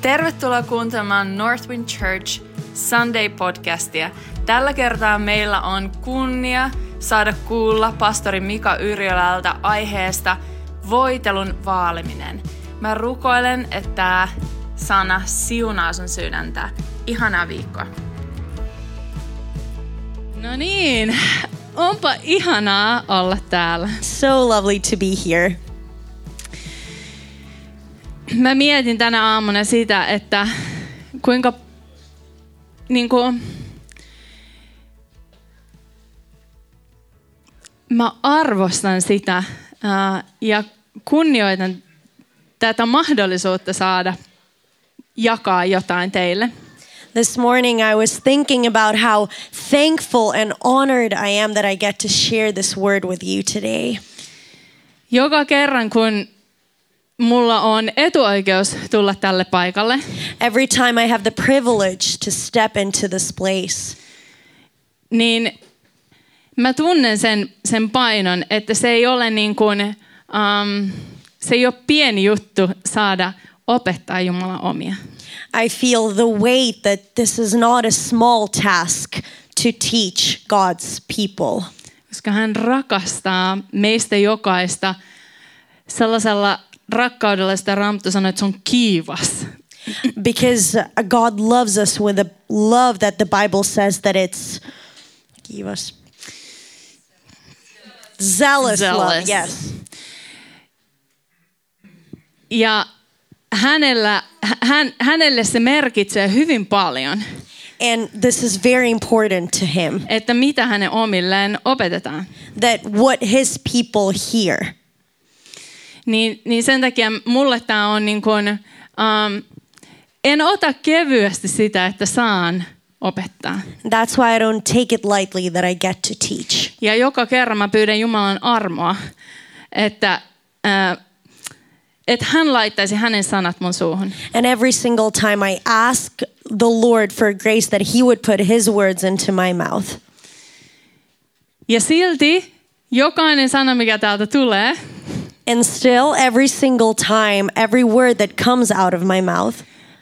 Tervetuloa kuuntelemaan Northwind Church Sunday-podcastia. Tällä kertaa meillä on kunnia saada kuulla pastori Mika Yrjölältä aiheesta voitelun vaaliminen. Mä rukoilen, että tämä sana siunaa sun sydäntä. Ihanaa viikkoa. No niin, onpa ihanaa olla täällä. So lovely to be here. Mä mietin tänä aamuna sitä, että kuinka niin kuin, mä arvostan sitä ää, ja kunnioitan tätä mahdollisuutta saada jakaa jotain teille. This morning I was thinking about how thankful and honored I am that I get to share this word with you today. Joka kerran, kun mulla on etuoikeus tulla tälle paikalle, Every time I have the privilege to step into this place, niin mä tunnen sen, sen painon, että se ei ole niin kuin, um, se ei ole pieni juttu saada opettaa Jumalan omia. I feel the weight that this is not a small task to teach God's people. Koska hän rakastaa meistä jokaista sellaisella rakkaudella, sitä Raamattu sanoi, että se on kiivas. Because uh, God loves us with a love that the Bible says that it's give us zealous, love. Zealous. Yes. Ja hänellä, hän, hänelle se merkitsee hyvin paljon, And this is very important to him että mitä hänen omilleen opetetaan. that what his people hear. Niin, niin sen takia mulle tämä on niin kuin, um, en ota kevyesti sitä, että saan opettaa. That's why I don't take it lightly that I get to teach. Ja joka kerran mä pyydän Jumalan armoa, että, äh, että hän laittaisi hänen sanat mun suuhun. And every single time I ask the Lord for grace that he would put his words into my mouth. Ja silti jokainen sana, mikä täältä tulee, And still, every single time, every word that comes out of my mouth,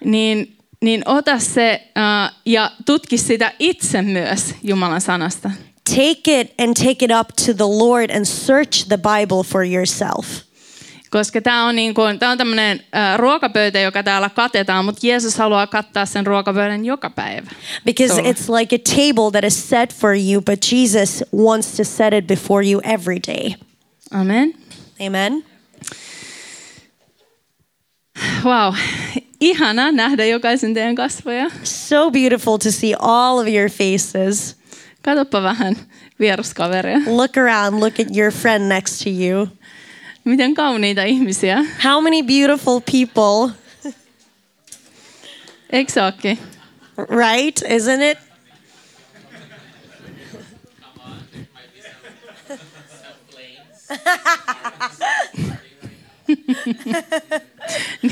niin, niin ota se äh, ja tutki sitä itse myös Jumalan sanasta. take it and take it up to the Lord and search the Bible for yourself. Koska tämä on, niin kuin, tää on tämmöinen äh, ruokapöytä, joka täällä katetaan, mutta Jeesus haluaa kattaa sen ruokapöydän joka päivä. Because So- it's like a table that is set for you, but Jesus wants to set it before you every day. Amen. Amen. Wow. Ihana nähdä jokaisen teidän kasvoja. So beautiful to see all of your faces. Katoppa vähän vieruskaveria. Look around, look at your friend next to you. Miten kauniita ihmisiä. How many beautiful people, Eikö se ookin? right? Isn't it?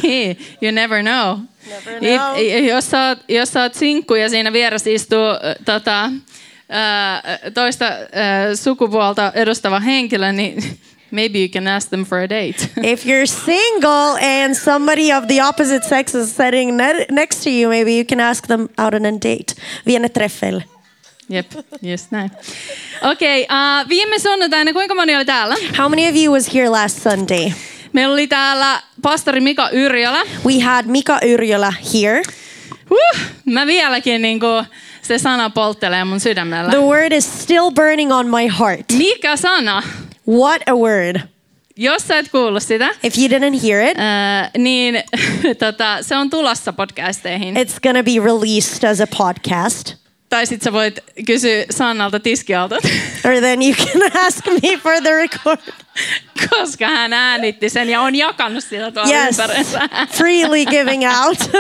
Niin, you never know. Never If, know. i- jos, sä oot, jos sä oot sinkku ja siinä vieressä istuu äh, tota, äh, toista äh, sukupuolta edustava henkilö, niin maybe you can ask them for a date. If you're single and somebody of the opposite sex is sitting ne- next to you, maybe you can ask them out on a date. Viene treffel. Jep, just näin. Okei, okay, uh, viime sunnuntaina kuinka moni oli täällä? How many of you was here last Sunday? Meillä oli täällä pastori Mika Yrjölä. We had Mika Yrjöla here. Huh, mä vieläkin niinku, se sana polttelee mun sydämellä. The word is still burning on my heart. Mikä sana? What a word. Jos sä et kuullut sitä, If you didn't hear it, ää, niin tota, se on tulossa podcasteihin. Et, it's going to be released as a podcast. tai sit sä voit kysyä Sannalta tiskialta, Or then you can ask me for the record. koska hän äänitti sen ja on jakanut sitä tuolla Yes. ympärillä. Freely giving out.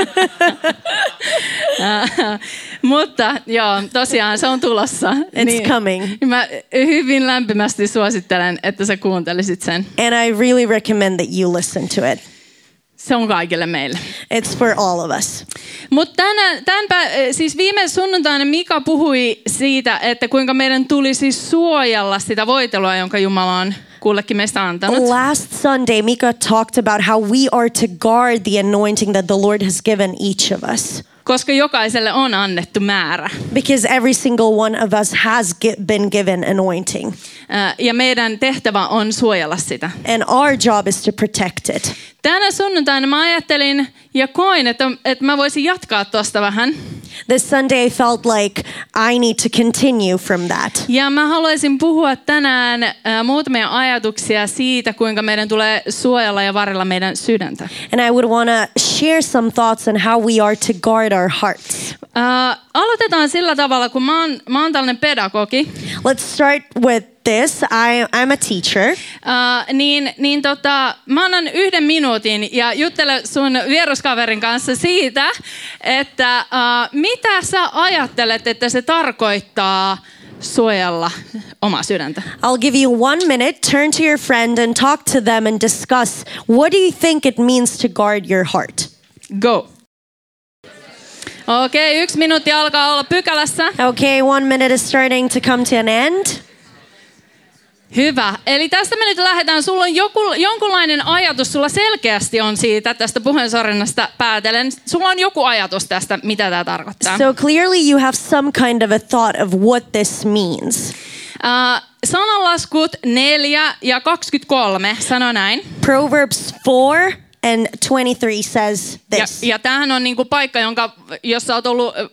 Mutta joo, tosiaan se on tulossa. It's coming. Mä hyvin lämpimästi suosittelen, että sä kuuntelisit sen. And I really recommend that you listen to it. Se on kaikille meille. It's for all of us. Mutta tänä, tämänpä, siis viime sunnuntaina Mika puhui siitä, että kuinka meidän tulisi suojella sitä voitelua, jonka Jumala on kullekin meistä antanut. Last Sunday, Mika talked about how we are to guard the anointing that the Lord has given each of us. Koska jokaiselle on annettu määrä. Because every single one of us has gi- been given anointing. Ää, Eh, Ja meidän tehtävä on suojella sitä. And our job is to protect it. Tänä sunnuntaina mä ajattelin ja koin, että, että mä voisin jatkaa tuosta vähän. This Sunday, I felt like I need to continue from that. Ja mä haluaisin puhua tänään ää, muutamia ajatuksia siitä, kuinka meidän tulee suojella ja varrella meidän sydäntä. And I would want to share some thoughts on how we are to guard our hearts. Ää, Äh, aloitetaan sillä tavalla, kun mä oon, mä oon tällainen pedagogi, Let's start with this. I, I'm a teacher. ää, niin, niin tota, mä annan yhden minuutin ja juttele sun vieruskaverin kanssa siitä, että ää, mitä sä ajattelet, että se tarkoittaa suojella omaa sydäntä. I'll give you one minute. Turn to your friend and talk to them and discuss what do you think it means to guard your heart? Go. Okei, okay, yksi minuutti alkaa olla pykälässä. Okay, one minute is starting to come to an end. Hyvä. Eli tästä me nyt lähdetään. Sulla on joku, jonkunlainen ajatus, sulla selkeästi on siitä, tästä puheensorinnasta päätelen. Sulla on joku ajatus tästä, mitä tämä tarkoittaa. So, So clearly, you have some kind of a thought of what this means. uh, sananlaskut 4 ja 23 sano näin. Proverbs 4 and 23 says Ja, this. ja tämähän on niinku paikka, jonka, jos sä oot ollut ö,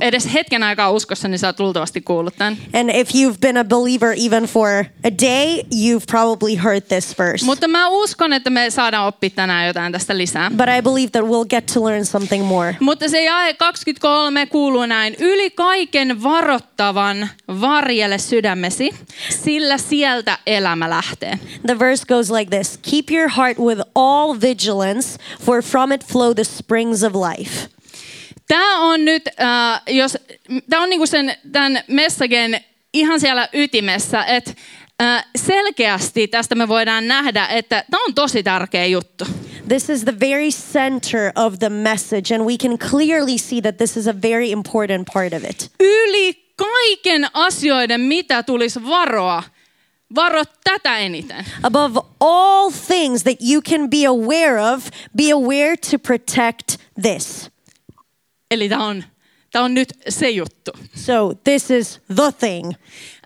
edes hetken aikaa uskossa, niin sä oot luultavasti kuullut tämän. And if you've been a believer even for a day, you've probably heard this verse. Mutta mä uskon, että me saadaan oppia tänään jotain tästä lisää. But I believe that we'll get to learn something more. Mutta se jae 23 kuuluu näin. Yli kaiken varottavan varjele sydämesi, sillä sieltä elämä lähtee. The verse goes like this Keep your heart with all vigilance, for from it flow the springs of life. Tämä on nyt, äh, jos, tämä on niinku sen, tämän messagen ihan siellä ytimessä, että äh, selkeästi tästä me voidaan nähdä, että tämä on tosi tärkeä juttu. This is the very center of the message, and we can clearly see that this is a very important part of it. Yli kaiken asioiden, mitä tulisi varoa, varo tätä eniten. Above all things that you can be aware of, be aware to protect this. Eli tämä on, tämä on nyt se juttu. So, this is the thing.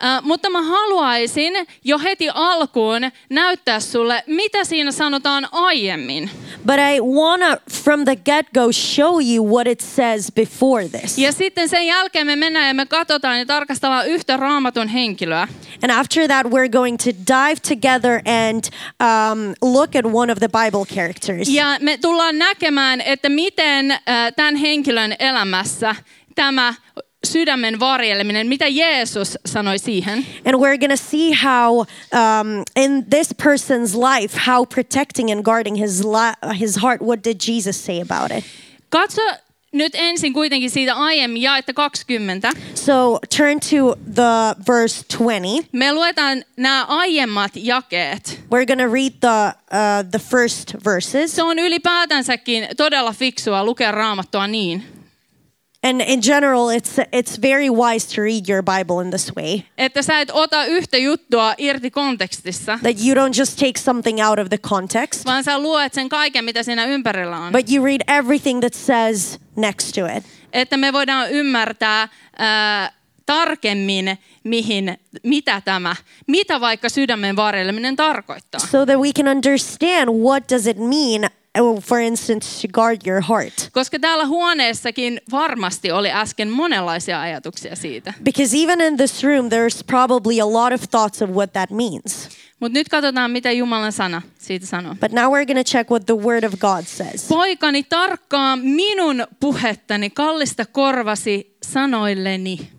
Äh, mutta mä haluaisin jo heti alkuun näyttää sulle, mitä siinä sanotaan aiemmin. But I wanna, from the get go, show you what it says before this. Ja sitten sen jälkeen me mennään ja me katsotaan ja tarkastellaan yhtä raamatun henkilöä. And after that, we're going to dive together and um, look at one of the Bible characters. Ja me tullaan näkemään, että miten äh, tämän henkilön elämässä tämä sydämen varjeleminen, mitä Jeesus sanoi siihen. And we're going to see how, um, in this person's life, how protecting and guarding his, li- his heart, what did Jesus say about it? Katso nyt ensin kuitenkin siitä aiemmin jaetta 20. So turn to the verse 20. Me luetaan nämä aiemmat jakeet. We're going to read the, uh, the first verses. se on ylipäätänsäkin todella fiksua lukea raamattua niin, And in general, it's, it's very wise to read your Bible in this way. että sä et ota yhtä juttua irti kontekstissa, That you don't just take something out of the context, vaan sä luet sen kaiken, mitä siinä ympärillä on. but you read everything that says next to it. Että me voidaan ymmärtää ää, tarkemmin, mihin, mitä tämä, mitä vaikka sydämen varjeleminen tarkoittaa. so that we can understand what does it mean oh, for instance to guard your heart Koska täällä huoneessakin varmasti oli äsken monenlaisia ajatuksia siitä. because even in this room there's probably a lot of thoughts of what that means Mutta nyt katsotaan, mitä Jumalan sana siitä sanoo. but now we're going to check what the word of god says Poikani tarkkaa minun puhettani, kallista korvasi sanoilleni.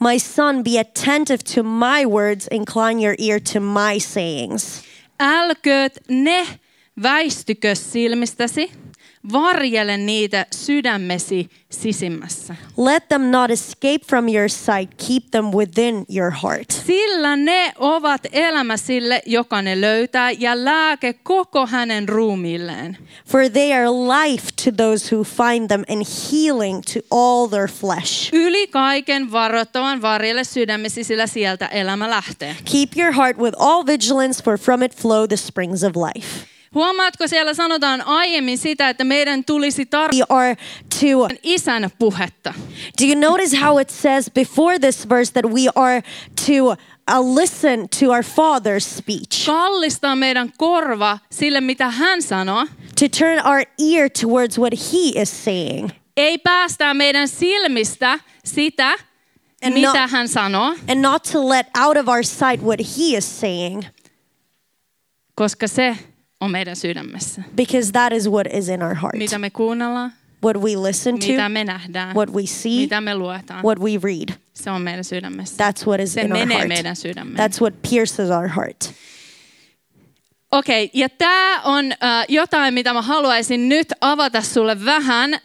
my son be attentive to my words incline your ear to my sayings Älkööt ne väistykö silmistäsi, varjele niitä sydämesi sisimmässä. Let them not escape from your sight, keep them within your heart. Sillä ne ovat elämä sille, joka ne löytää, ja lääke koko hänen ruumiilleen. For they are life to those who find them and healing to all their flesh. Yli kaiken varoittavan varjelle sydämesi, sillä sieltä elämä lähtee. Keep your heart with all vigilance, for from it flow the springs of life. Huomaatko, siellä sanotaan aiemmin sitä, että meidän tulisi We tarvita are to. isän puhetta. Do you notice how it says before this verse that we are to uh, listen to our Father's speech, Kallistaa meidän korva sille, mitä hän sanoo. to turn our ear towards what He is saying, Ei päästää meidän silmistä sitä, En mitä no- hän sanoo, and not to let out of our sight what He is saying, koska se on meidän sydämessä. because that is what is in our heart. Mitä me kuunnellaan, What we listen mitä to, me nähdään, what we see, mitä me luetaan, what we read. se on meidän sydämessä. That's what is Se in our menee heart. meidän sydämeen. That's what pierces our heart. Okei, ja tämä on äh, jotain, mitä mä haluaisin nyt avata sulle vähän äh,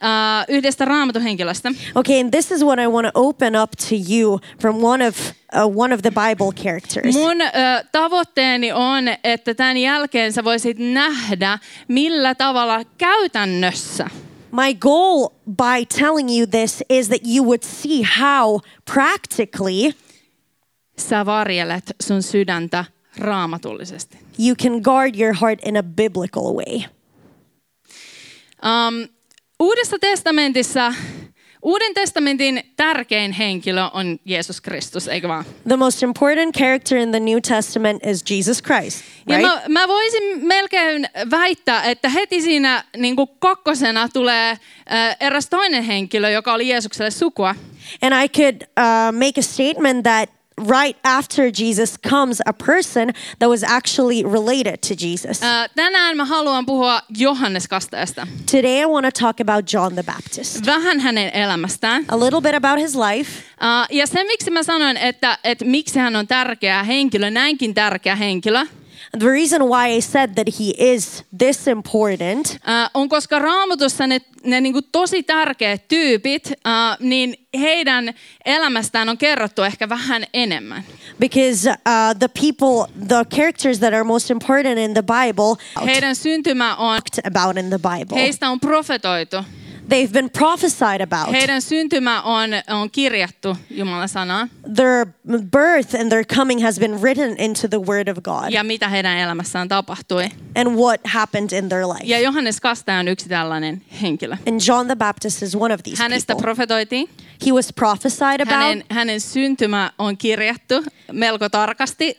yhdestä raamatuhenkilöstä. Okay, and this is what I want to open up to you from one of uh, one of the Bible characters. Mun äh, tavoitteeni on, että tämän jälkeen sä voisit nähdä, millä tavalla käytännössä My goal by telling you this is that you would see how practically sä varjelet sun sydäntä raamatullisesti. you can guard your heart in a biblical way. Um, Uudessa testamentissa, Uuden testamentin tärkein henkilö on Jeesus Kristus, eikö vaan? The most important character in the New Testament is Jesus Christ, Ja right? mä, mä voisin melkein väittää, että heti siinä niin kuin kakkosena tulee äh, eräs toinen henkilö, joka oli Jeesukselle sukua. and I could uh, make a statement that right after Jesus comes a person that was actually related to Jesus. Äh, tänään mä haluan puhua Johannes Kasteesta. Today I want to talk about John the Baptist. Vähän hänen elämästään. A little bit about his life. Äh, ja sen miksi mä sanoin, että, että miksi hän on tärkeä henkilö, näinkin tärkeä henkilö, The reason why I said that he is this important Äh, on koska raamatussa ne, ne niin tosi tärkeät tyypit, äh, niin heidän elämästään on kerrottu ehkä vähän enemmän. because uh, the people, the characters that are most important in the Bible, Heidän syntymä on, about in the Bible, heistä on profetoitu, they've been prophesied about. heidän syntymä on, on kirjattu Jumalan sanaan Their birth and their coming has been written into the Word of God ja mitä heidän elämässään tapahtui. and what happened in their life. Ja Johannes Kastaja on yksi tällainen henkilö. And John the Baptist is one of these Hänestä people. profetoitiin, He was prophesied about. hänen, hänen syntymä on kirjattu melko tarkasti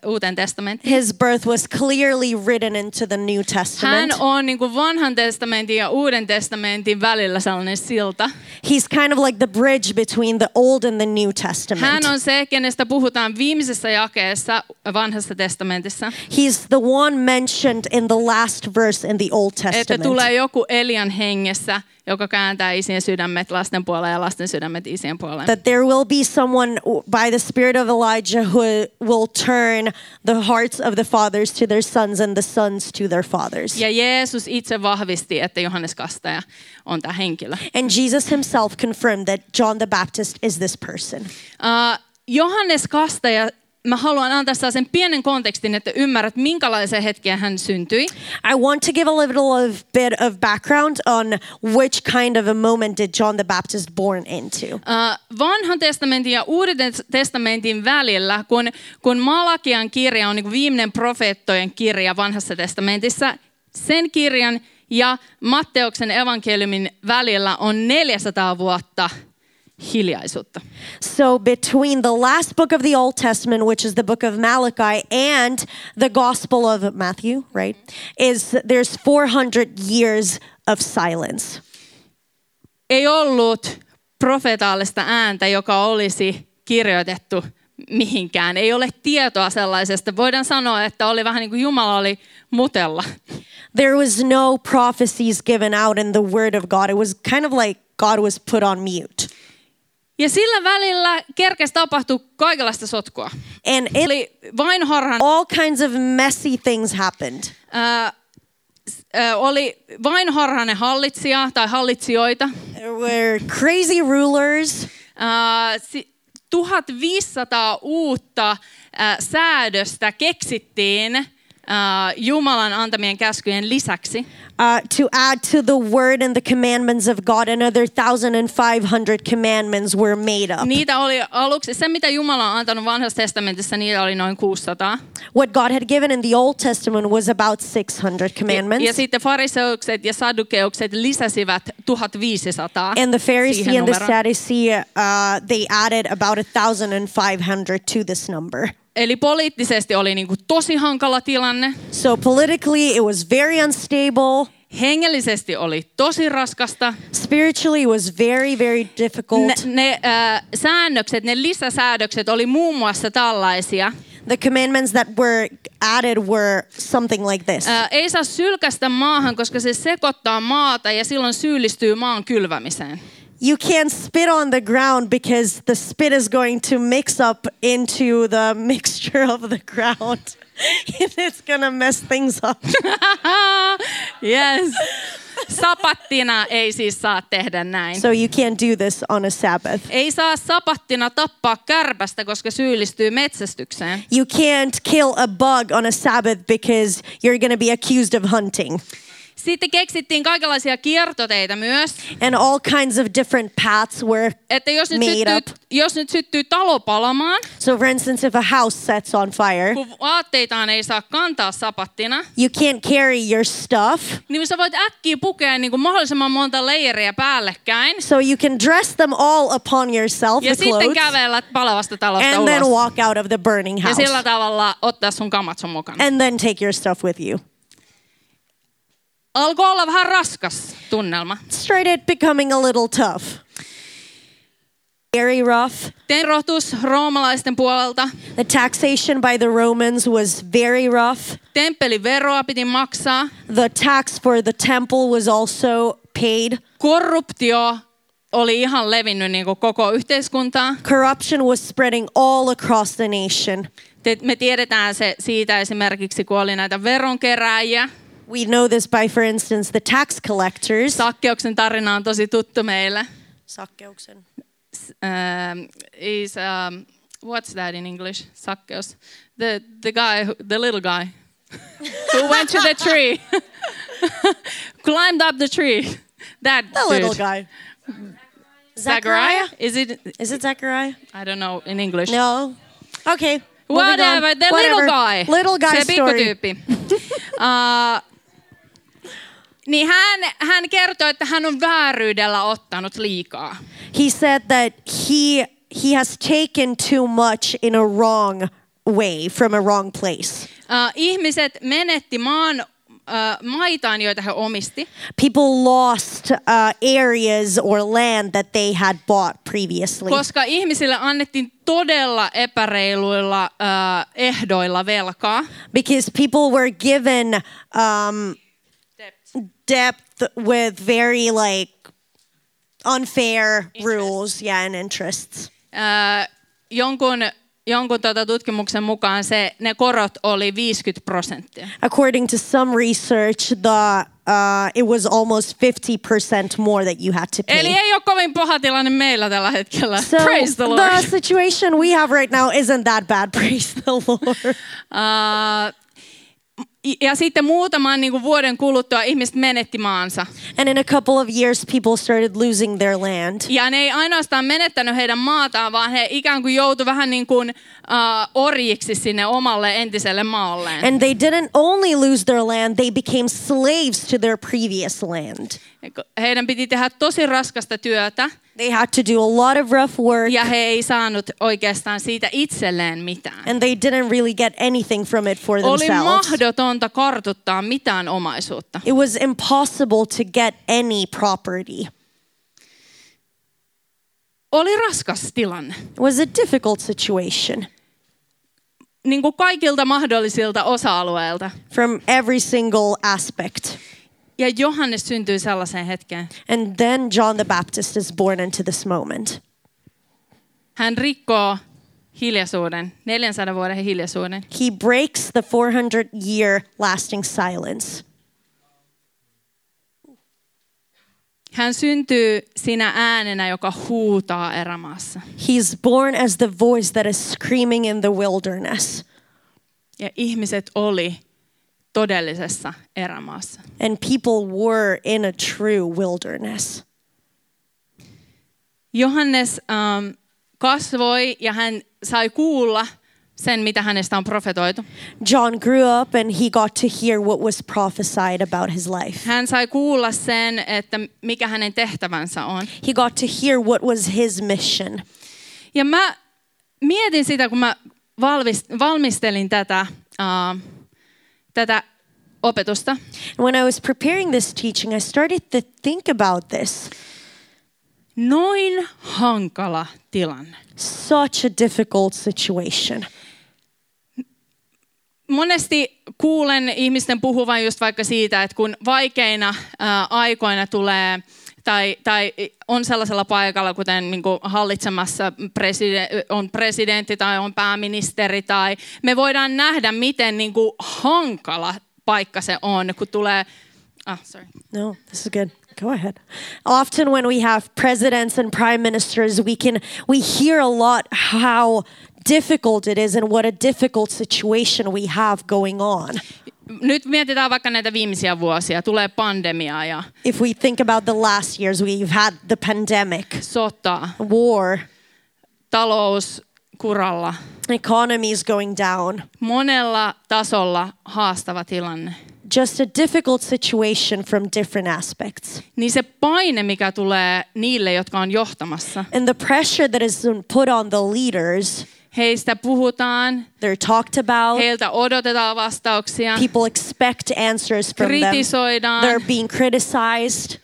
äh, Uuteen testamenttiin. His birth was clearly written into the New Testament. Hän on niin kuin vanhan testamentin ja uuden testamentin välillä sellainen silta. He's kind of like the bridge between the Old and the New Testament. Hän on se, kenestä puhutaan viimeisessä jakeessa vanhassa testamentissa, He's the one mentioned in the last verse in the Old että Testament. tulee joku Elian hengessä, joka kääntää isien sydämet lasten puoleen ja lasten sydämet isien puoleen. That there will be someone w- by the spirit of Elijah who will turn the hearts of the fathers to their sons and the sons to their fathers. Ja Jeesus itse vahvisti, että Johannes Kastaja on tämä henkilö. And Jesus himself confirmed that John the Baptist is this person. Uh, Johannes Kastaja, mä haluan antaa sen pienen kontekstin, että ymmärrät, minkälaiseen hetkeen hän syntyi. I want to give a little of, bit of background on which kind of a moment did John the Baptist born into. Äh, vanhan testamentin ja uuden tes- testamentin välillä, kun, kun Malakian kirja on niin kuin viimeinen profeettojen kirja vanhassa testamentissa, sen kirjan ja Matteuksen evankeliumin välillä on 400 vuotta hiljaisuutta. So between the last book of the Old Testament, which is the book of Malachi, and the Gospel of Matthew, right? Is there's 400 years of silence. Ei ollut profetaalista ääntä, joka olisi kirjoitettu mihinkään. Ei ole tietoa sellaisesta. Voidaan sanoa, että oli vähän niin kuin Jumala oli mutella. There was no prophecies given out in the Word of God. It was kind of like God was put on mute. Ja sillä välillä kerkes tapahtui kaikenlaista sotkua. And it, Eli vain harhan all kinds of messy things happened. ää, s- ö, oli vain harhainen hallitsija tai hallitsijoita. There were crazy rulers. Ää, si- 1500 uutta ää, säädöstä keksittiin ää, Jumalan antamien käskyjen lisäksi. uh, to add to the word and the commandments of God, another 1,500 commandments were made up. Niitä oli aluksi, se mitä Jumala on antanut vanhassa testamentissa, niitä oli noin 600. What God had given in the Old Testament was about 600 Ja, ja commandments. sitten fariseukset ja sadukeukset lisäsivät 1500 And the Pharisee siihen and the numeroon. Sadducee, uh, they added about 1,500 to this number. Eli poliittisesti oli niinku tosi hankala tilanne. So politically, it was very unstable. Hengellisesti oli tosi raskasta. Spiritually, it was very, very difficult. Ne, ne äh, säännökset, ne lisäsäädökset oli muun muassa tällaisia. the commandments that were added were something like this. Äh, ei saa sylkästä maahan, koska se sekoittaa maata ja silloin syyllistyy maan kylvämiseen. you can't spit on the ground because the spit is going to mix up into the mixture of the ground and it's gonna mess things up. Yes. Sapattina ei siis saa tehdä näin. so you can't do this on a Sabbath. Ei saa sapattina tappaa kärpästä, koska syyllistyy metsästykseen. You can't kill a bug on a Sabbath because you're gonna be accused of hunting. Sitten keksittiin kaikenlaisia kiertoteitä myös. And all kinds of different paths were Että jos nyt, made up. syttyy, jos nyt syttyy talo palamaan, So, for instance, if a house sets on fire, kun vaatteitaan ei saa kantaa sapattina, you can't carry your stuff. niin sä voit äkkiä pukea niin kuin mahdollisimman monta leiriä päällekkäin. So you can dress them all upon yourself, Ja the sitten clothes, kävellä palavasta talosta and then ulos. walk out of the burning Ja house. sillä tavalla ottaa sun kamat sun mukana. and then take your stuff with you. Alkoi olla vähän raskas tunnelma. Started becoming a little tough. Very rough. Tein rohtus roomalaisten puolelta. The taxation by the Romans was very rough. Temppeliveroa piti maksaa. The tax for the temple was also paid. Korruptio oli ihan levinnyt niin kuin koko yhteiskuntaa. Corruption was spreading all across the nation. Te- Me tiedetään se siitä esimerkiksi, kun oli näitä veronkerääjiä. We know this by, for instance, the tax collectors. Sakkeuksen tarina on tosi tuttu meille. Sakkeuksen. um, is um, what's that in English? Sakkeus. The the guy, who, the little guy, who went to the tree, climbed up the tree. That The little dude. guy. Zachariah? Is it? Is it Zachariah? I don't know in English. No. Okay. moving on. Whatever. The Whatever. little guy. Little guy Se story. pikkutyyppi. uh, niin hän, hän kertoi, että hän on vääryydellä ottanut liikaa. he said that he he has taken too much in a wrong way from a wrong place Uh, ihmiset menetti maan, uh, maitaan, joita he omisti. people lost uh, areas or land that they had bought previously Koska ihmisille annettiin todella epäreiluilla äh, ehdoilla velkaa. Uh, because people were given um, depth with very like unfair rules yeah and interests Äh, jonkun jonkun tuota tutkimuksen mukaan se, ne korot oli 50 prosenttia. according to some research the uh, it was almost 50% more that you had to pay Eli ei ole kovin paha tilanne meillä tällä hetkellä. Niin. So Praise the Lord. situation we have right now isn't that bad. Praise the Lord. Äh, ja sitten muutaman niin kuin vuoden kuluttua ihmiset menetti maansa. and in a couple of years, people started losing their land. Ja ne ei ainoastaan menettänyt heidän maataan, vaan he ikään kuin joutu vähän niin kuin äh, orjiksi sinne omalle entiselle maalleen. And they didn't only lose their land, they became slaves to their previous land. Heidän piti tehdä tosi raskasta työtä They had to do a lot of rough work ja he ei saanut oikeastaan siitä itselleen mitään. and they didn't really get anything from it for Oli themselves. mahdotonta kartuttaa mitään omaisuutta. It was impossible to get any property. Oli raskas tilanne, It was a difficult situation niin kuin kaikilta mahdollisilta osa-alueilta. from every single aspect. Ja Johannes syntyi sellaiseen hetkeen. And then John the Baptist is born into this moment. Hän rikkoo hiljaisuuden, 400 vuoden hiljaisuuden. He breaks the 400 year lasting silence. Hän syntyy sinä äänenä, joka huutaa erämaassa. He's born as the voice that is screaming in the wilderness. Ja ihmiset oli todellisessa erämaassa. And people were in a true wilderness. Johannes ähm, kasvoi ja hän sai kuulla sen, mitä hänestä on profetoitu. John grew up and he got to hear what was prophesied about his life. Hän sai kuulla sen, että mikä hänen tehtävänsä on. He got to hear what was his mission. Ja mä mietin sitä, kun mä valvis- valmistelin tätä, äh, tätä opetusta, And when I was preparing this teaching, I started to think about this. noin hankala tilanne. Such a difficult situation. Monesti kuulen ihmisten puhuvan just vaikka siitä, että kun vaikeina ää, aikoina tulee tai, tai on sellaisella paikalla, kuten niin kuin hallitsemassa preside- on presidentti tai on pääministeri, tai me voidaan nähdä, miten niin kuin hankala paikka se on, kun tulee... Ah, sorry. No, this is good. Go ahead. Often when we have presidents and prime ministers, we can we hear a lot how difficult it is and what a difficult situation we have going on. Nyt mietitään vaikka näitä viimeisiä vuosia. Tulee pandemiaa ja If we think about the last years, we've had the pandemic, sotaa, war, talous kuralla. economies going down. Monella tasolla haastava tilanne. Just a difficult situation from different aspects. niin se paine, mikä tulee niille, jotka on johtamassa, And the pressure that is put on the leaders, heistä puhutaan, they're talked about. heiltä odotetaan vastauksia, People expect answers from them. Kritisoidaan. They're being criticized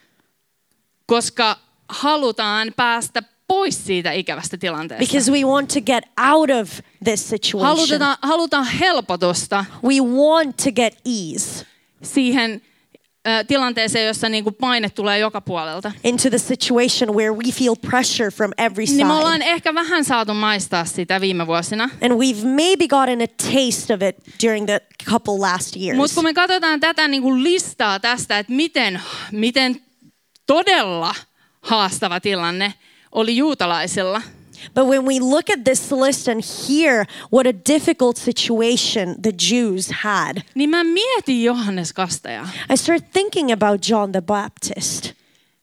koska halutaan päästä pois siitä ikävästä tilanteesta. because we want to get out of this situation. Halutaan, halutaan helpotusta We want to get ease siihen ö, tilanteeseen, jossa niinku paine tulee joka puolelta. into the situation where we feel pressure from every Niin me side. ollaan ehkä vähän saatu maistaa sitä viime vuosina. And we've maybe gotten a taste of it during the couple last Mutta years. kun me katsotaan tätä niin kuin listaa tästä, että miten, miten todella haastava tilanne oli juutalaisilla, But when we look at this list and hear what a difficult situation the Jews had, niin mä mietin Johannes Kastajaa. I start thinking about John the Baptist.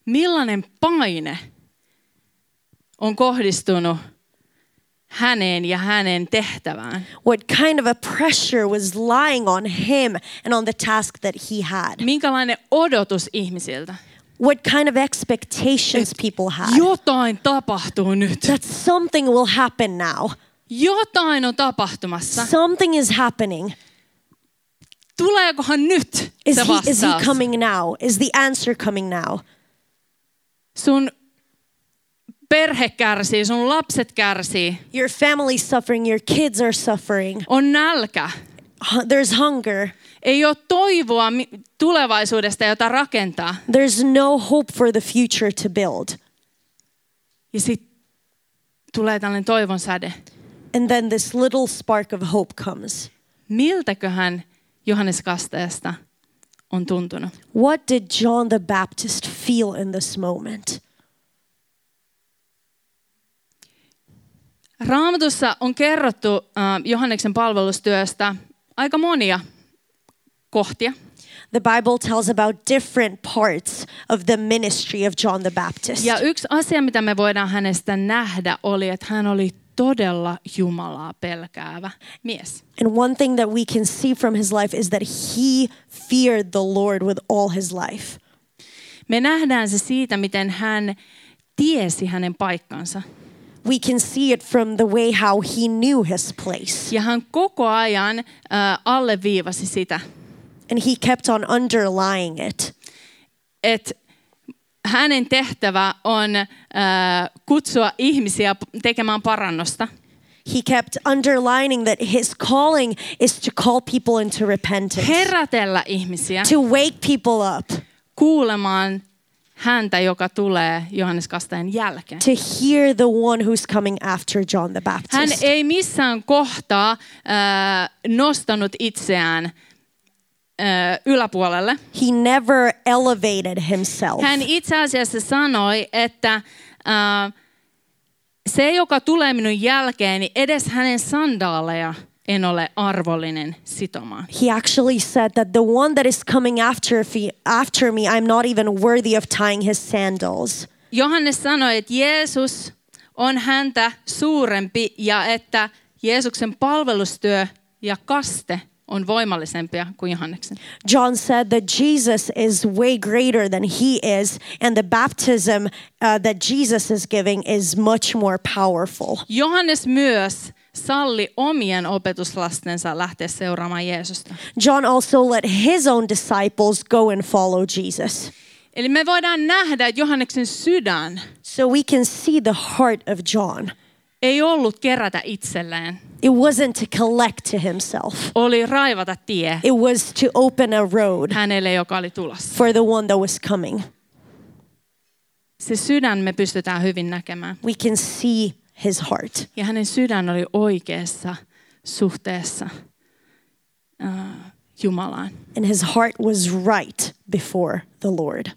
Millainen paine on kohdistunut häneen ja hänen tehtävään? What kind of a pressure was lying on him and on the task that he had? Minkälainen odotus ihmisiltä? What kind of expectations people had? Jotain tapahtuu nyt. That something will happen now. Jotain on tapahtumassa. Something is happening. Tuleekohan nyt Is se he, is he vastaus? coming now? Is the answer coming now? sun perhe kärsii, sun lapset kärsii, Your family's suffering, your kids are suffering, on nälkä, Hu- there's hunger, ei ole toivoa mi- tulevaisuudesta, jota rakentaa. there's no hope for the future to build. Ja sitten tulee tällainen toivon säde. And then this little spark of hope comes. Miltäköhän Johannes Kasteesta on tuntunut? What did John the Baptist feel in this moment? Raamatussa on kerrottu äh, Johanneksen palvelustyöstä aika monia kohtia. The Bible tells about different parts of the ministry of John the Baptist. Ja yksi asia, mitä me voidaan hänestä nähdä, oli, että hän oli todella Jumalaa pelkäävä mies. And one thing that we can see from his life is that he feared the Lord with all his life. Me nähdään se siitä, miten hän tiesi hänen paikkansa. We can see it from the way how he knew his place. Ja hän koko ajan äh, alleviivasi sitä, And he kept on underlying it. että hänen tehtävä on äh, kutsua ihmisiä p- tekemään parannusta. He kept underlining that his calling is to call people into repentance, Herätellä ihmisiä to wake people up, kuulemaan häntä, joka tulee Johannes Kastajan jälkeen. to hear the one who's coming after John the Hän Baptist. ei missään kohtaa äh, nostanut itseään ö, yläpuolelle. He never elevated himself. Hän itse asiassa sanoi, että äh, se, joka tulee minun jälkeeni, edes hänen sandaaleja en ole arvollinen sitomaan. he actually said that the one that is coming after, fe- after me, I'm not even worthy of tying his sandals. Johannes sanoi, että Jeesus on häntä suurempi ja että Jeesuksen palvelustyö ja kaste on voimallisempia kuin Johanneksen. John said that Jesus is way greater than he is, and the baptism uh, that Jesus is giving is much more powerful. Johannes myös salli omien opetuslastensa lähteä seuraamaan Jeesusta. John also let his own disciples go and follow Jesus. Eli me voidaan nähdä, että Johanneksen sydän So we can see the heart of John. ei ollut kerätä itselleen, It wasn't to collect to himself, oli raivata tie it was to open a road hänelle, joka oli tulossa. for the one that was coming. Se sydän me pystytään hyvin näkemään. We can see his heart. Ja hänen sydän oli oikeassa suhteessa äh, Jumalaan. and his heart was right before the Lord.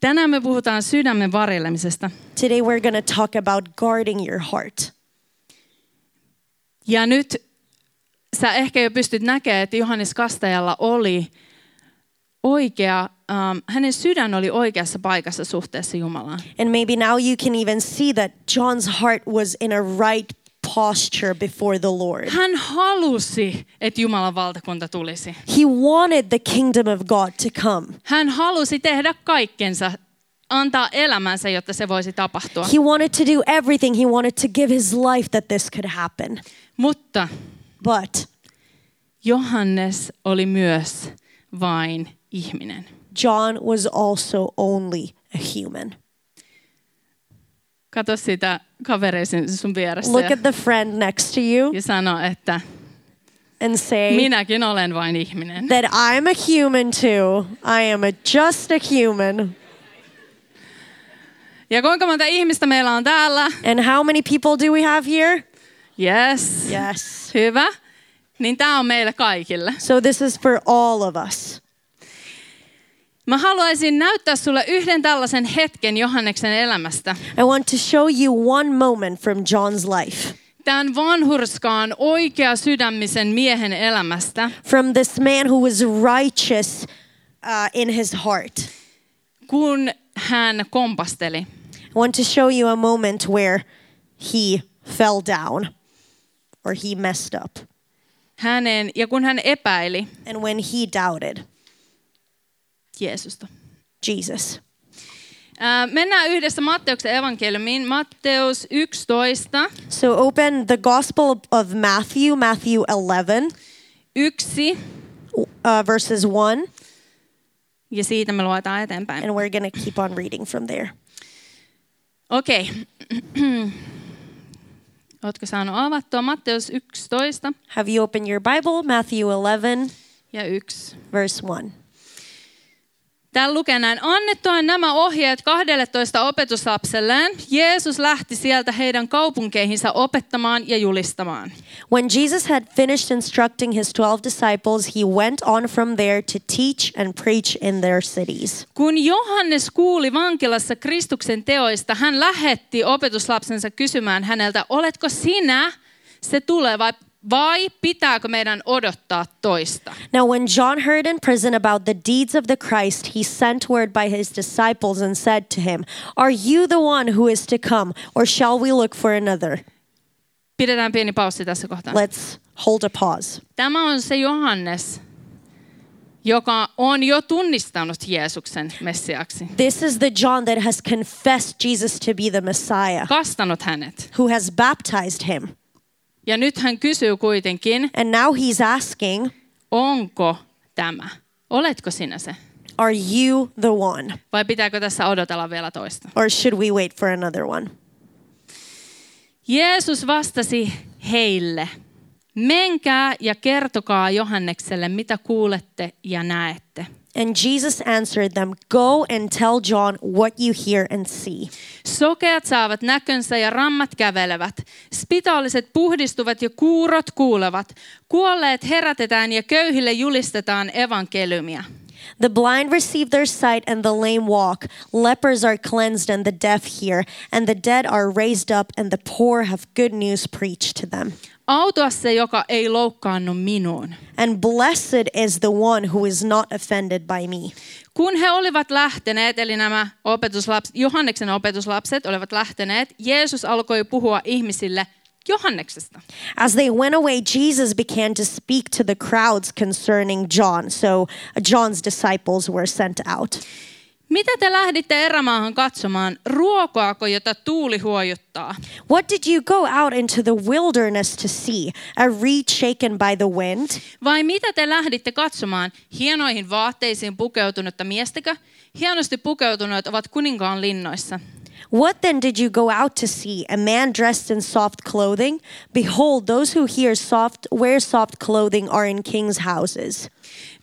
Tänään me puhutaan sydämen varjelemisesta. Today we're going to talk about guarding your heart. Ja nyt sä ehkä jo pystyt näkemään, että Johannes Kastajalla oli oikea, ähm, hänen sydän oli oikeassa paikassa suhteessa Jumalaan. And maybe now you can even see that John's heart was in a right posture before the Lord. Hän halusi, että Jumalan valtakunta tulisi. He wanted the kingdom of God to come. Hän halusi tehdä kaikkensa, antaa elämänsä, jotta se voisi tapahtua. He wanted to do everything. He wanted to give his life that this could happen. Mutta But Johannes oli myös vain ihminen. John was also only a human. Kato sitä kavereisi sun vieressä Look ja, at the friend next to you ja sano, että and say minäkin olen vain ihminen. that I'm a human too. I am a, just a human. Ja kuinka monta ihmistä meillä on täällä? And how many people do we have here? Yes. Yes. Hyvä. Niin tämä on meille kaikille. So this is for all of us. Mä haluaisin näyttää sulle yhden tällaisen hetken Johanneksen elämästä. I want to show you one moment from John's life, Tämän vanhurskaan oikea sydämisen miehen elämästä, from this man who was righteous uh, in his heart. kun hän kompasteli. I want to show you a moment where he fell down or he messed up Hänen, ja kun hän epäili and when he doubted Jeesusta. Jesus. Ää, Mennään yhdessä Matteuksen evankeliumiin. Matteus 11, So open the Gospel of Matthew, Matthew 11, 1, uh, verses 1, ja siitä me luetaan eteenpäin. and we're going to keep on reading from there. Okei. Ootko saanut avattua? Matteus 11 Have you opened your Bible? Matthew 11, ja 1. verse 1. Täällä lukee näin. Annettuaan nämä ohjeet 12 opetuslapselleen, Jeesus lähti sieltä heidän kaupunkeihinsa opettamaan ja julistamaan. When Jesus had finished instructing his 12 disciples, he went on from there to teach and preach in their cities. Kun Johannes kuuli vankilassa Kristuksen teoista, hän lähetti opetuslapsensa kysymään häneltä, oletko sinä se tuleva vai pitääkö meidän odottaa toista? Now, when John heard in prison about the deeds of the Christ, he sent word by his disciples and said to him, Are you the one who is to come, or shall we look for another? Pidetään pieni paussi tässä kohtaa. Let's hold a pause. Tämä on se Johannes, joka on jo tunnistanut Jeesuksen messiaksi, This is the John that has confessed Jesus to be the Messiah, kastanut hänet. who has baptized him. Ja nyt hän kysyy kuitenkin, And now he's asking, onko tämä? Oletko sinä se? Are you the one? Vai pitääkö tässä odotella vielä toista? Or should we wait for another one? Jeesus vastasi heille, menkää ja kertokaa Johannekselle, mitä kuulette ja näette. And Jesus answered them, Go and tell John what you hear and see. Sokeat saavat näkönsä ja rammat kävelevät. Spitaaliset puhdistuvat ja kuurot kuulevat. Kuolleet herätetään ja köyhille julistetaan evankeliumia. The blind receive their sight and the lame walk. Lepers are cleansed and the deaf hear. And the dead are raised up and the poor have good news preached to them. Autua se, joka ei loukkaannu minuun. And blessed is the one who is not offended by me. Kun he olivat lähteneet, eli nämä opetuslapset, Johanneksen opetuslapset olivat lähteneet, Jeesus alkoi puhua ihmisille Johanneksesta. As they went away, Jesus began to speak to the crowds concerning John. So uh, John's disciples were sent out. Mitä te lähditte erämaahan katsomaan? Ruokoako, jota tuuli huojuttaa? What did you go out into the wilderness to see? A reed shaken by the wind? Vai mitä te lähditte katsomaan? Hienoihin vaatteisiin pukeutunutta miestäkö? Hienosti pukeutuneet ovat kuninkaan linnoissa. What then did you go out to see? A man dressed in soft clothing? Behold, those who hear soft wear soft clothing are in kings' houses.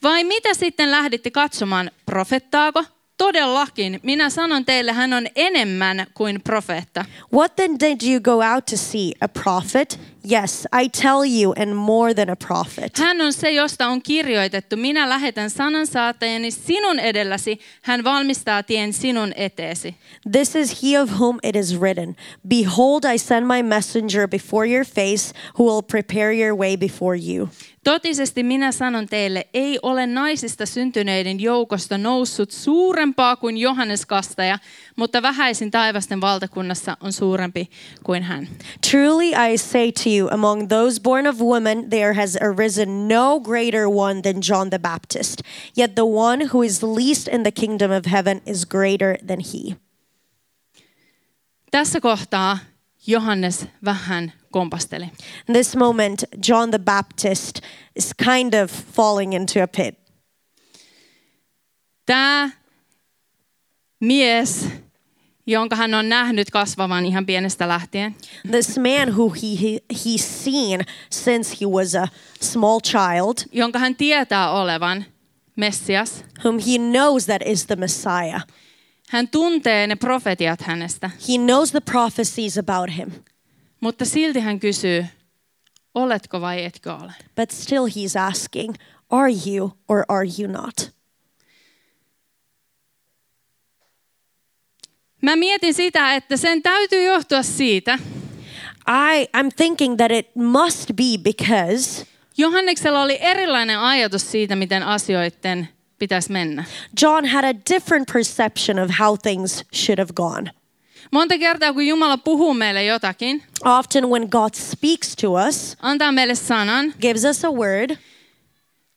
Vai mitä sitten lähditte katsomaan? Profettaako? Todellakin, minä sanon teille, hän on enemmän kuin profeetta. What then did you go out to see? A prophet? Yes, I tell you, and more than a prophet. Hän on se, josta on kirjoitettu, minä lähetän sanansaattajani sinun edelläsi, hän valmistaa tien sinun eteesi. This is he of whom it is written Behold, I send my messenger before your face, who will prepare your way before you. Totisesti minä sanon teille, ei ole naisista syntyneiden joukosta noussut suurempaa kuin Johannes Kastaja, mutta vähäisin taivasten valtakunnassa on suurempi kuin hän. Truly I say to you, among those born of woman, there has arisen no greater one than John the Baptist. Yet the one who is least in the kingdom of heaven is greater than he. Tässä kohtaa Johannes vähän kompasteli. In this moment, John the Baptist is kind of falling into a pit. Tämä mies, jonka hän on nähnyt kasvavan ihan pienestä lähtien, This man who he, he he's seen since he was a small child, jonka hän tietää olevan Messias, whom he knows that is the Messiah. hän tuntee ne profetiat hänestä, He knows the prophecies about him, mutta silti hän kysyy, oletko vai etkö ole? but still he's asking, Are you or are you not? Mä mietin sitä, että sen täytyy johtua siitä. I, I'm thinking that it must be because Johanneksella oli erilainen ajatus siitä, miten asioiden pitäisi mennä. John had a different perception of how things should have gone. Monta kertaa, kun Jumala puhuu meille jotakin, Often, when God speaks to us, antaa meille sanan, gives us a word,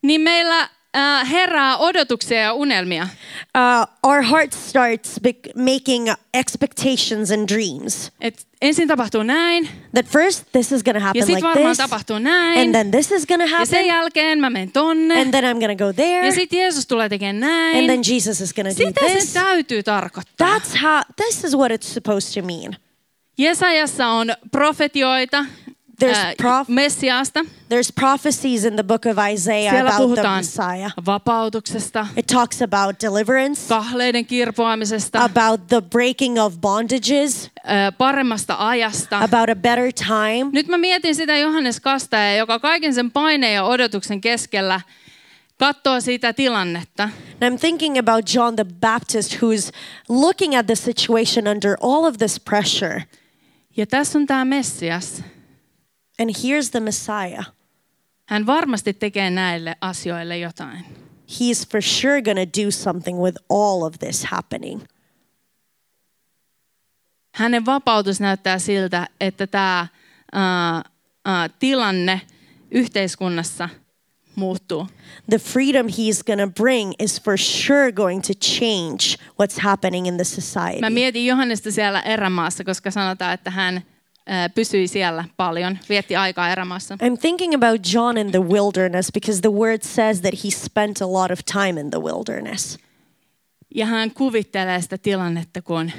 niin meillä äh, herää odotuksia ja unelmia. uh, our heart starts bec- making expectations and dreams. Et ensin tapahtuu näin, That first, this is going to happen ja sitten like this, varmaan tapahtuu näin, and then this is going to ja sen happen, jälkeen mä menen tonne, and then I'm going to go there, ja sitten Jeesus tulee tekemään näin. and then Jesus is going to do Sitä this. sen täytyy tarkoittaa. That's how, this is what it's supposed to mean. Jesajassa on profetioita There's ää, prof- Messiasta. There's prophecies in the book of Isaiah Siellä about the puhutaan Messiah. vapautuksesta, It talks about deliverance, kahleiden kirpoamisesta, about the breaking of bondages, ää, paremmasta ajasta. about a better time. Nyt mä mietin sitä Johannes Kastaja, joka kaiken sen paineen ja odotuksen keskellä katsoo sitä tilannetta. And I'm thinking about John the Baptist who's looking at the situation under all of this pressure. Ja tässä on tämä Messias. And here's the Messiah. Hän varmasti tekee näille asioille jotain. He's for sure going to do something with all of this happening. Hänen vapautus näyttää siltä, että tämä uh, uh, tilanne yhteiskunnassa muuttuu. The freedom he's going to bring is for sure going to change what's happening in the society. Mä mietin Johannesta siellä erämaassa, koska sanotaan, että hän äh, pysyi siellä paljon, vietti aikaa erämaassa. I'm thinking about John in the wilderness because the word says that he spent a lot of time in the wilderness. Ja hän kuvittelee sitä tilannetta, kun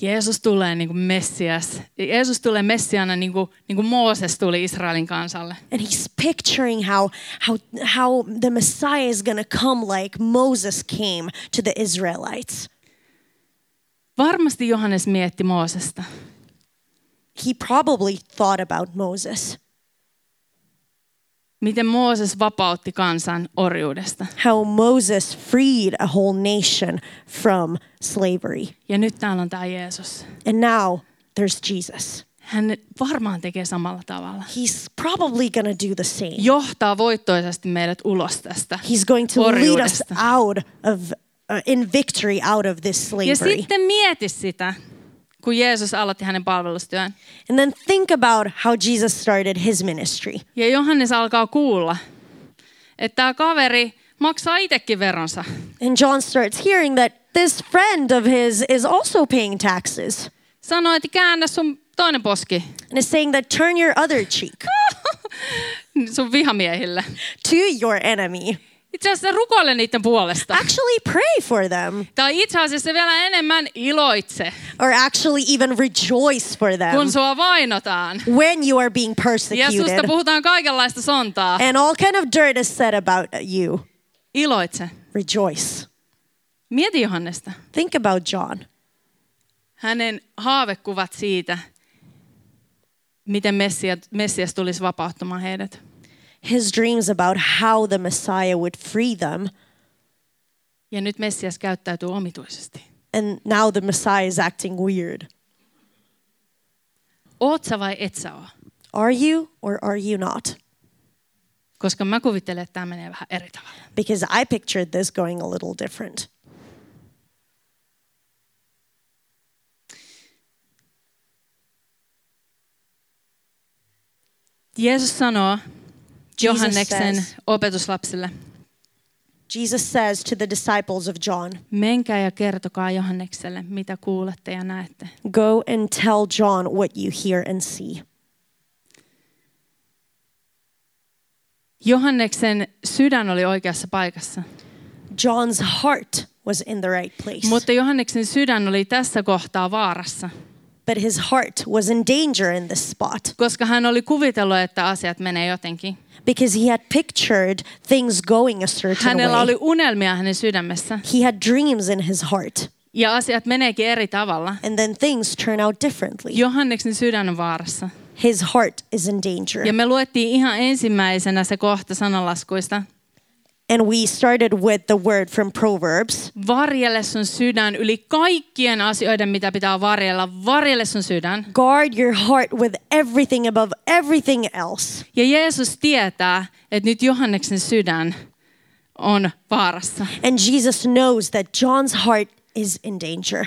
Jeesus tulee niin kuin Messias. Jeesus tulee Messiana niin kuin, niin kuin Mooses tuli Israelin kansalle. And he's picturing how, how, how the Messiah is going to come like Moses came to the Israelites. Varmasti Johannes mietti Moosesta. He probably thought about Moses, Miten Mooses vapautti kansan orjuudesta. how Moses freed a whole nation from slavery. Ja nyt täällä on tämä Jeesus. And now there's Jesus. Hän varmaan tekee samalla tavalla. He's probably going to do the same. Johtaa voittoisesti meidät ulos tästä. He's going to lead us orjuudesta. out of uh, in victory out of this Ja slavery. sitten mieti sitä, kun Jeesus aloitti hänen palvelustyön. And then think about how Jesus started his ministry. Ja Johannes alkaa kuulla, että tämä kaveri maksaa itsekin veronsa. And John starts hearing that this friend of his is also paying taxes Sanoi, että käännä sun toinen poski and is saying that turn your other cheek sun vihamiehille. to your enemy. Itse asiassa rukoile niiden puolesta. Actually pray for them Tai itse asiassa vielä enemmän iloitse, or actually even rejoice for kun them sua vainotaan. when you are being Ja susta persecuted. puhutaan kaikenlaista sontaa. And all kind of dirt is said about you. Iloitse. Rejoice. Mieti Johannesta. Think about John. Hänen haavekuvat siitä, miten Messias, Messias tulisi vapauttamaan heidät. his dreams about how the Messiah would free them. Ja nyt Messias käyttäytyy omituisesti. And now the Messiah is acting weird. Oot sä vai et sä oo? Are you or are you not? Koska mä kuvittelen, että tämä menee vähän eri tavalla. Because I pictured this going a little different. Jeesus sanoo Johanneksen says- opetuslapsille, Jesus says to the disciples of John, menkää ja kertokaa Johannekselle, mitä kuulette ja näette. Go and tell John what you hear and see. Johanneksen sydän oli oikeassa paikassa, John's heart was in the right place, mutta Johanneksen sydän oli tässä kohtaa vaarassa, but his heart was in danger in this spot koska hän oli kuvitellut, että asiat menee jotenkin. because he had pictured things going a certain Hänellä way. oli unelmia hänen sydämessä He had dreams in his heart, ja asiat meneekin eri tavalla. and then things turn out differently. Johanneksen sydän on vaarassa. his heart is in danger. Ja me luettiin ihan ensimmäisenä se kohta sanalaskuista. And we started with the word from Proverbs Varjele sun sydän yli kaikkien asioiden, mitä pitää varjella. Varjele sun sydän. guard your heart with everything above everything else. Ja Jeesus tietää, että nyt Johanneksen sydän on vaarassa. And Jesus knows that John's heart is in danger.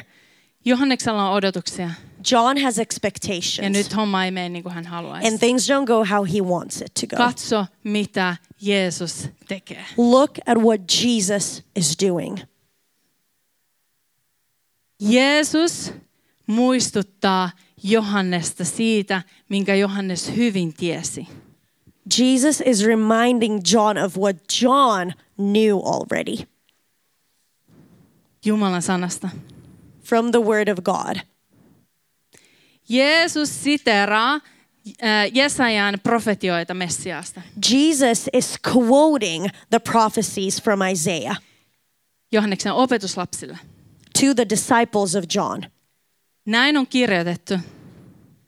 Johanneksella on odotuksia. John has Ja expectations, nyt homma ei mene niin kuin hän haluaisi. and things don't go how he wants it to go. Katso, mitä Jeesus tekee. Look at what Jesus is doing. Jeesus muistuttaa Johannesta siitä, minkä Johannes hyvin tiesi. Jesus is reminding John of what John knew already Jumalan sanasta. from the word of God. Jeesus siteraa äh, Jesajan profetioita Messiaasta. Jesus is quoting the prophecies from Isaiah. Johanneksen opetuslapsille. to the disciples of John. Näin on kirjoitettu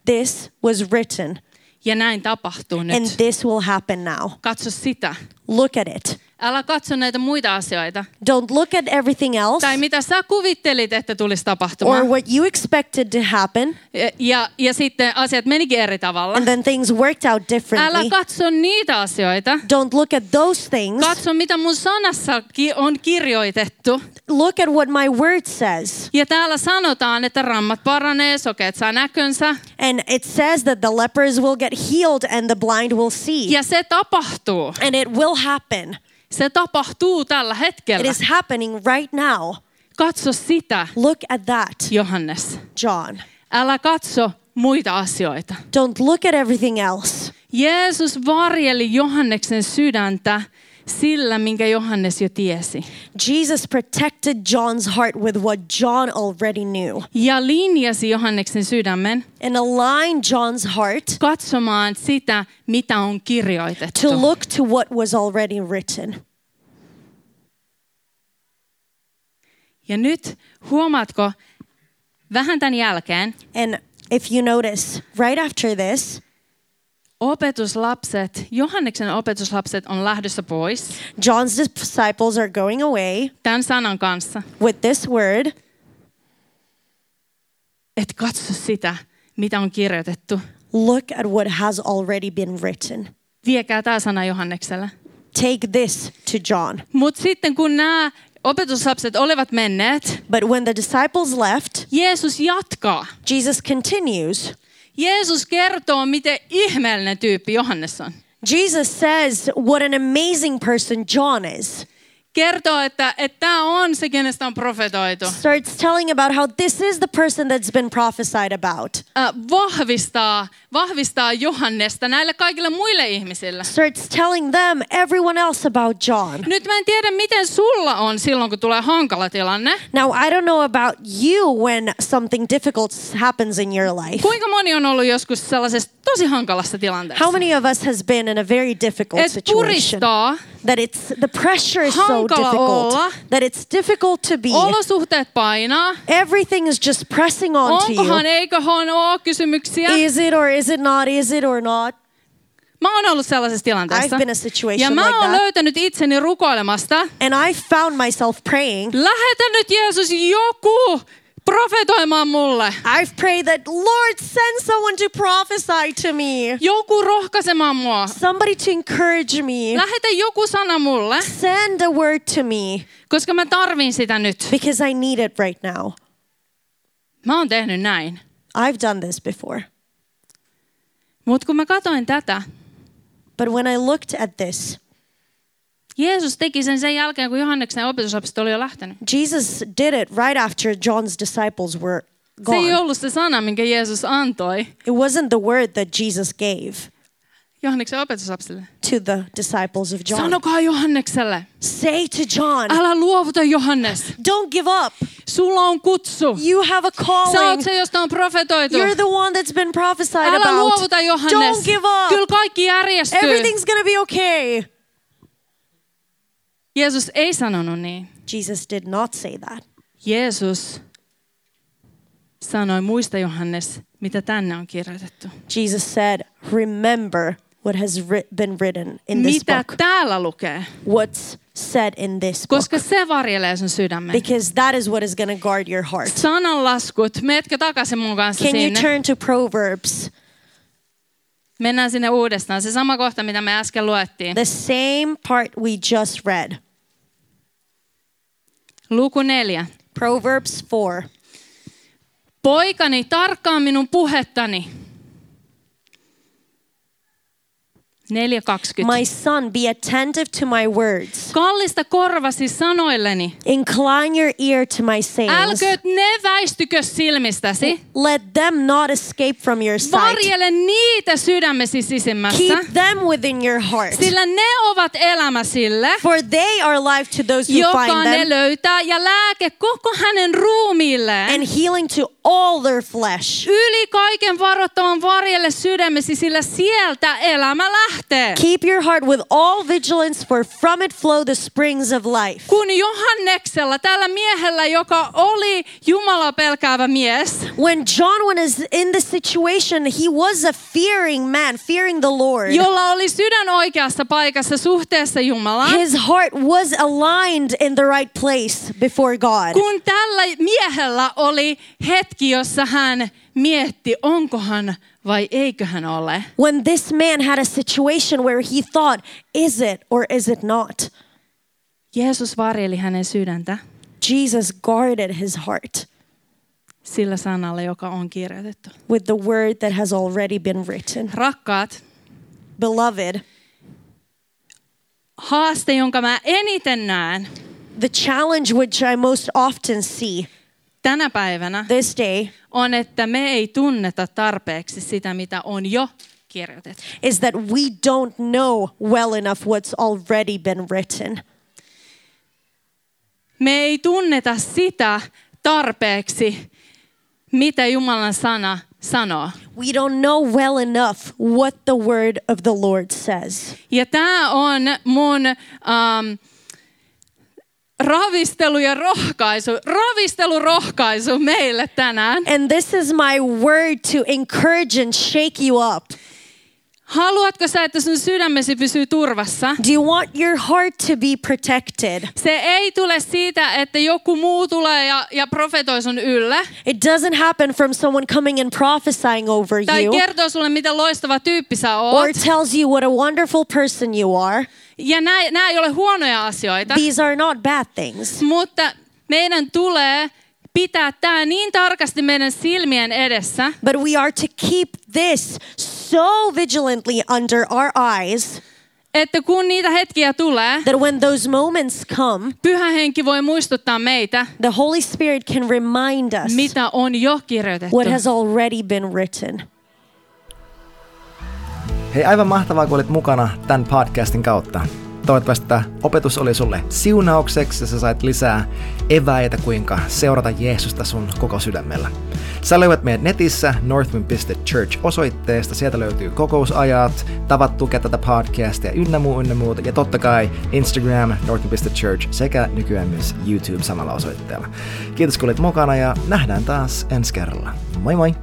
This was written, ja näin tapahtuu and nyt. this will happen now. Katso sitä. Look at it. Älä katso näitä muita asioita. Don't look at everything else Tai mitä sä kuvittelit, että tulisi or tapahtumaan. what you expected to happen, Ja- Ja, ja sitten asiat menikin eri tavalla. and then things worked out Älä differently. katso niitä asioita. Don't look at those things. Katso, mitä mun sanassa ki- on kirjoitettu. Look at what my word says. Ja täällä sanotaan, että rammat paranee, sokeet saa näkönsä. And it says that the lepers will get healed and the blind will see. Ja se tapahtuu. And it will happen. Se tapahtuu tällä It hetkellä. is happening right now. Katso sitä, Look at that, Johannes. John. Älä katso muita asioita. Don't look at everything else. Jeesus varjeli Johanneksen sydäntä sillä, minkä Johannes jo tiesi. Jesus protected John's heart with what John already knew Ja linjasi Johanneksen sydämen and aligned John's heart katsomaan sitä, mitä on to kirjoitettu. look to what was already written. Ja nyt huomaatko, vähän tämän jälkeen And if you notice, right after this, opetuslapset, Johanneksen opetuslapset on lähdössä pois John's disciples are going away tämän sanan kanssa. with this word Et katso sitä, mitä on kirjoitettu. look at what has already been written. Viekää tämä sana Johannekselle. Take this to John. Mutta sitten kun nämä opetuslapset olivat menneet, But when the disciples left, Jeesus jatkaa. Jesus continues. Jeesus kertoo, miten ihmeellinen tyyppi Johannes on. Jesus says what an amazing person John is. Kertoo, että tämä on se, kenestä on profetoitu. Starts telling about how this is the person that's been prophesied about. Äh, vahvistaa, vahvistaa Johannesta näille kaikille muille ihmisille. Starts telling them, everyone else, about John. Nyt mä en tiedä, miten sulla on silloin, kun tulee hankala tilanne. Now, I don't know about you when something difficult happens in your life. Kuinka moni on ollut joskus sellaisessa tosi hankalassa tilanteessa? How many of us has been in a very difficult Et situation? puristaa, That it's the pressure is so Hankala difficult. olla. That it's difficult to be. olosuhteet painaa. Everything is just pressing on to Onkohan, you. eiköhän ole kysymyksiä? Is it or is it not? Is it or not? Mä oon ollut sellaisessa tilanteessa. I've been a situation Ja mä like oon that. löytänyt itseni rukoilemasta. And I found myself praying. Lähetä nyt Jeesus joku profetoimaan mulle. I've prayed that, Lord, send someone to prophesy to me, Joku rohkaisemaan mua. somebody to encourage me, Lähetä joku sana mulle, send a word to me koska mä tarvin sitä nyt. because I need it right now. Mä oon tehnyt näin. I've done this before. Mutta kun mä katoin tätä, But when I looked at this, Jeesus teki sen sen jälkeen, kun Johanneksen opetuslapset oli jo lähtenyt. Jesus did it right after John's disciples were Se ei gone. ollut se sana, minkä Jeesus antoi It wasn't the word that Jesus gave Johanneksen opetuslapsille. to the disciples of John. Sanokaa Johannekselle, Say to John, älä luovuta Johannes. don't give up. Sulla on kutsu. You have a Sä oot calling. se, josta on profetoitu. You're the one that's been prophesied Älä about. luovuta Johannes. Don't give up. Kyllä kaikki järjestyy. Everything's going to be okay. Jeesus ei sanonut niin. Jesus did not say that. Jeesus sanoi, muista Johannes, mitä tänne on kirjoitettu. Jesus said, remember what has writ- been written in this Mitä book. täällä lukee? What's said in this book. Koska se varjelee sun sydämen. Because that is what is going to guard your heart. Sananlaskut, meetkö takaisin mun kanssa Can you sinne? turn to Proverbs? Mennään sinne uudestaan. Se sama kohta, mitä me äsken luettiin. The same part we just read. Luku neljä. Proverbs 4. Poikani, tarkkaa minun puhettani. 4.20. My son, be attentive to my words. Kallista korvasi sanoilleni. Incline your ear to my sayings. Älkööt ne väistykö silmistäsi. Let them not escape from your sight. Varjele niitä sydämesi sisimmässä, Keep them within your heart. sillä ne ovat elämä sille, For they are life to those who joka find ne them, löytää ja lääke koko hänen ruumiilleen. and healing to all their flesh. Yli kaiken varoittavan varjelle sydämesi, sillä sieltä elämä lähtee. Keep your heart with all vigilance, for from it flow the springs of life. Kun Johanneksella, tällä miehellä, joka oli Jumalaa pelkäävä mies, When John was in the situation, he was a fearing man, fearing the Lord. jolla oli sydän oikeassa paikassa suhteessa Jumalaan, His heart was aligned in the right place before God. kun tällä miehellä oli hetki, jossa hän mietti, onkohan vai eiköhän ole. When this man had a situation where he thought, is it or is it not? Jeesus varjeli hänen sydäntä Jesus guarded his heart sillä sanalla, joka on kirjoitettu. with the word that has already been written. Rakkaat, Beloved, haaste, jonka mä eniten näen the challenge which I most often see tänä päivänä, this day on, että me ei tunneta tarpeeksi sitä, mitä on jo kirjoitettu. is that we don't know well enough what's already been written. Me ei tunneta sitä tarpeeksi, mitä Jumalan sana sanoo. We don't know well enough what the word of the Lord says. Ja tämä on mun ähm, ravistelu ja rohkaisu, ravistelurohkaisu meille tänään. And this is my word to encourage and shake you up. Haluatko sä, että sun sydämesi pysyy turvassa? Do you want your heart to be protected? Se ei tule siitä, että joku muu tulee ja, ja profetoi sun yllä. It doesn't happen from someone coming and prophesying over Tai you kertoo sulle, mitä loistava tyyppi sä oot. or tells you what a wonderful person you are. Ja nämä, nämä ei ole huonoja asioita. These are not bad things. Mutta meidän tulee pitää tämä niin tarkasti meidän silmien edessä, But we are to keep this so vigilantly under our eyes että kun niitä hetkiä tulee, that when those moments come, pyhä henki voi muistuttaa meitä, the Holy Spirit can remind us mitä on jo kirjoitettu. what has already been written. Hei, aivan mahtavaa, kun olit mukana tämän podcastin kautta. Toivottavasti tämä opetus oli sulle siunaukseksi ja sä sait lisää eväitä, kuinka seurata Jeesusta sun koko sydämellä. Sä löydät meidät netissä northwind.church osoitteesta. Sieltä löytyy kokousajat, tavat tukea tätä podcastia ynnä muu, ynnä muuta. Ja totta kai Instagram, northwind.church sekä nykyään myös YouTube samalla osoitteella. Kiitos kun olit mukana ja nähdään taas ensi kerralla. Moi moi!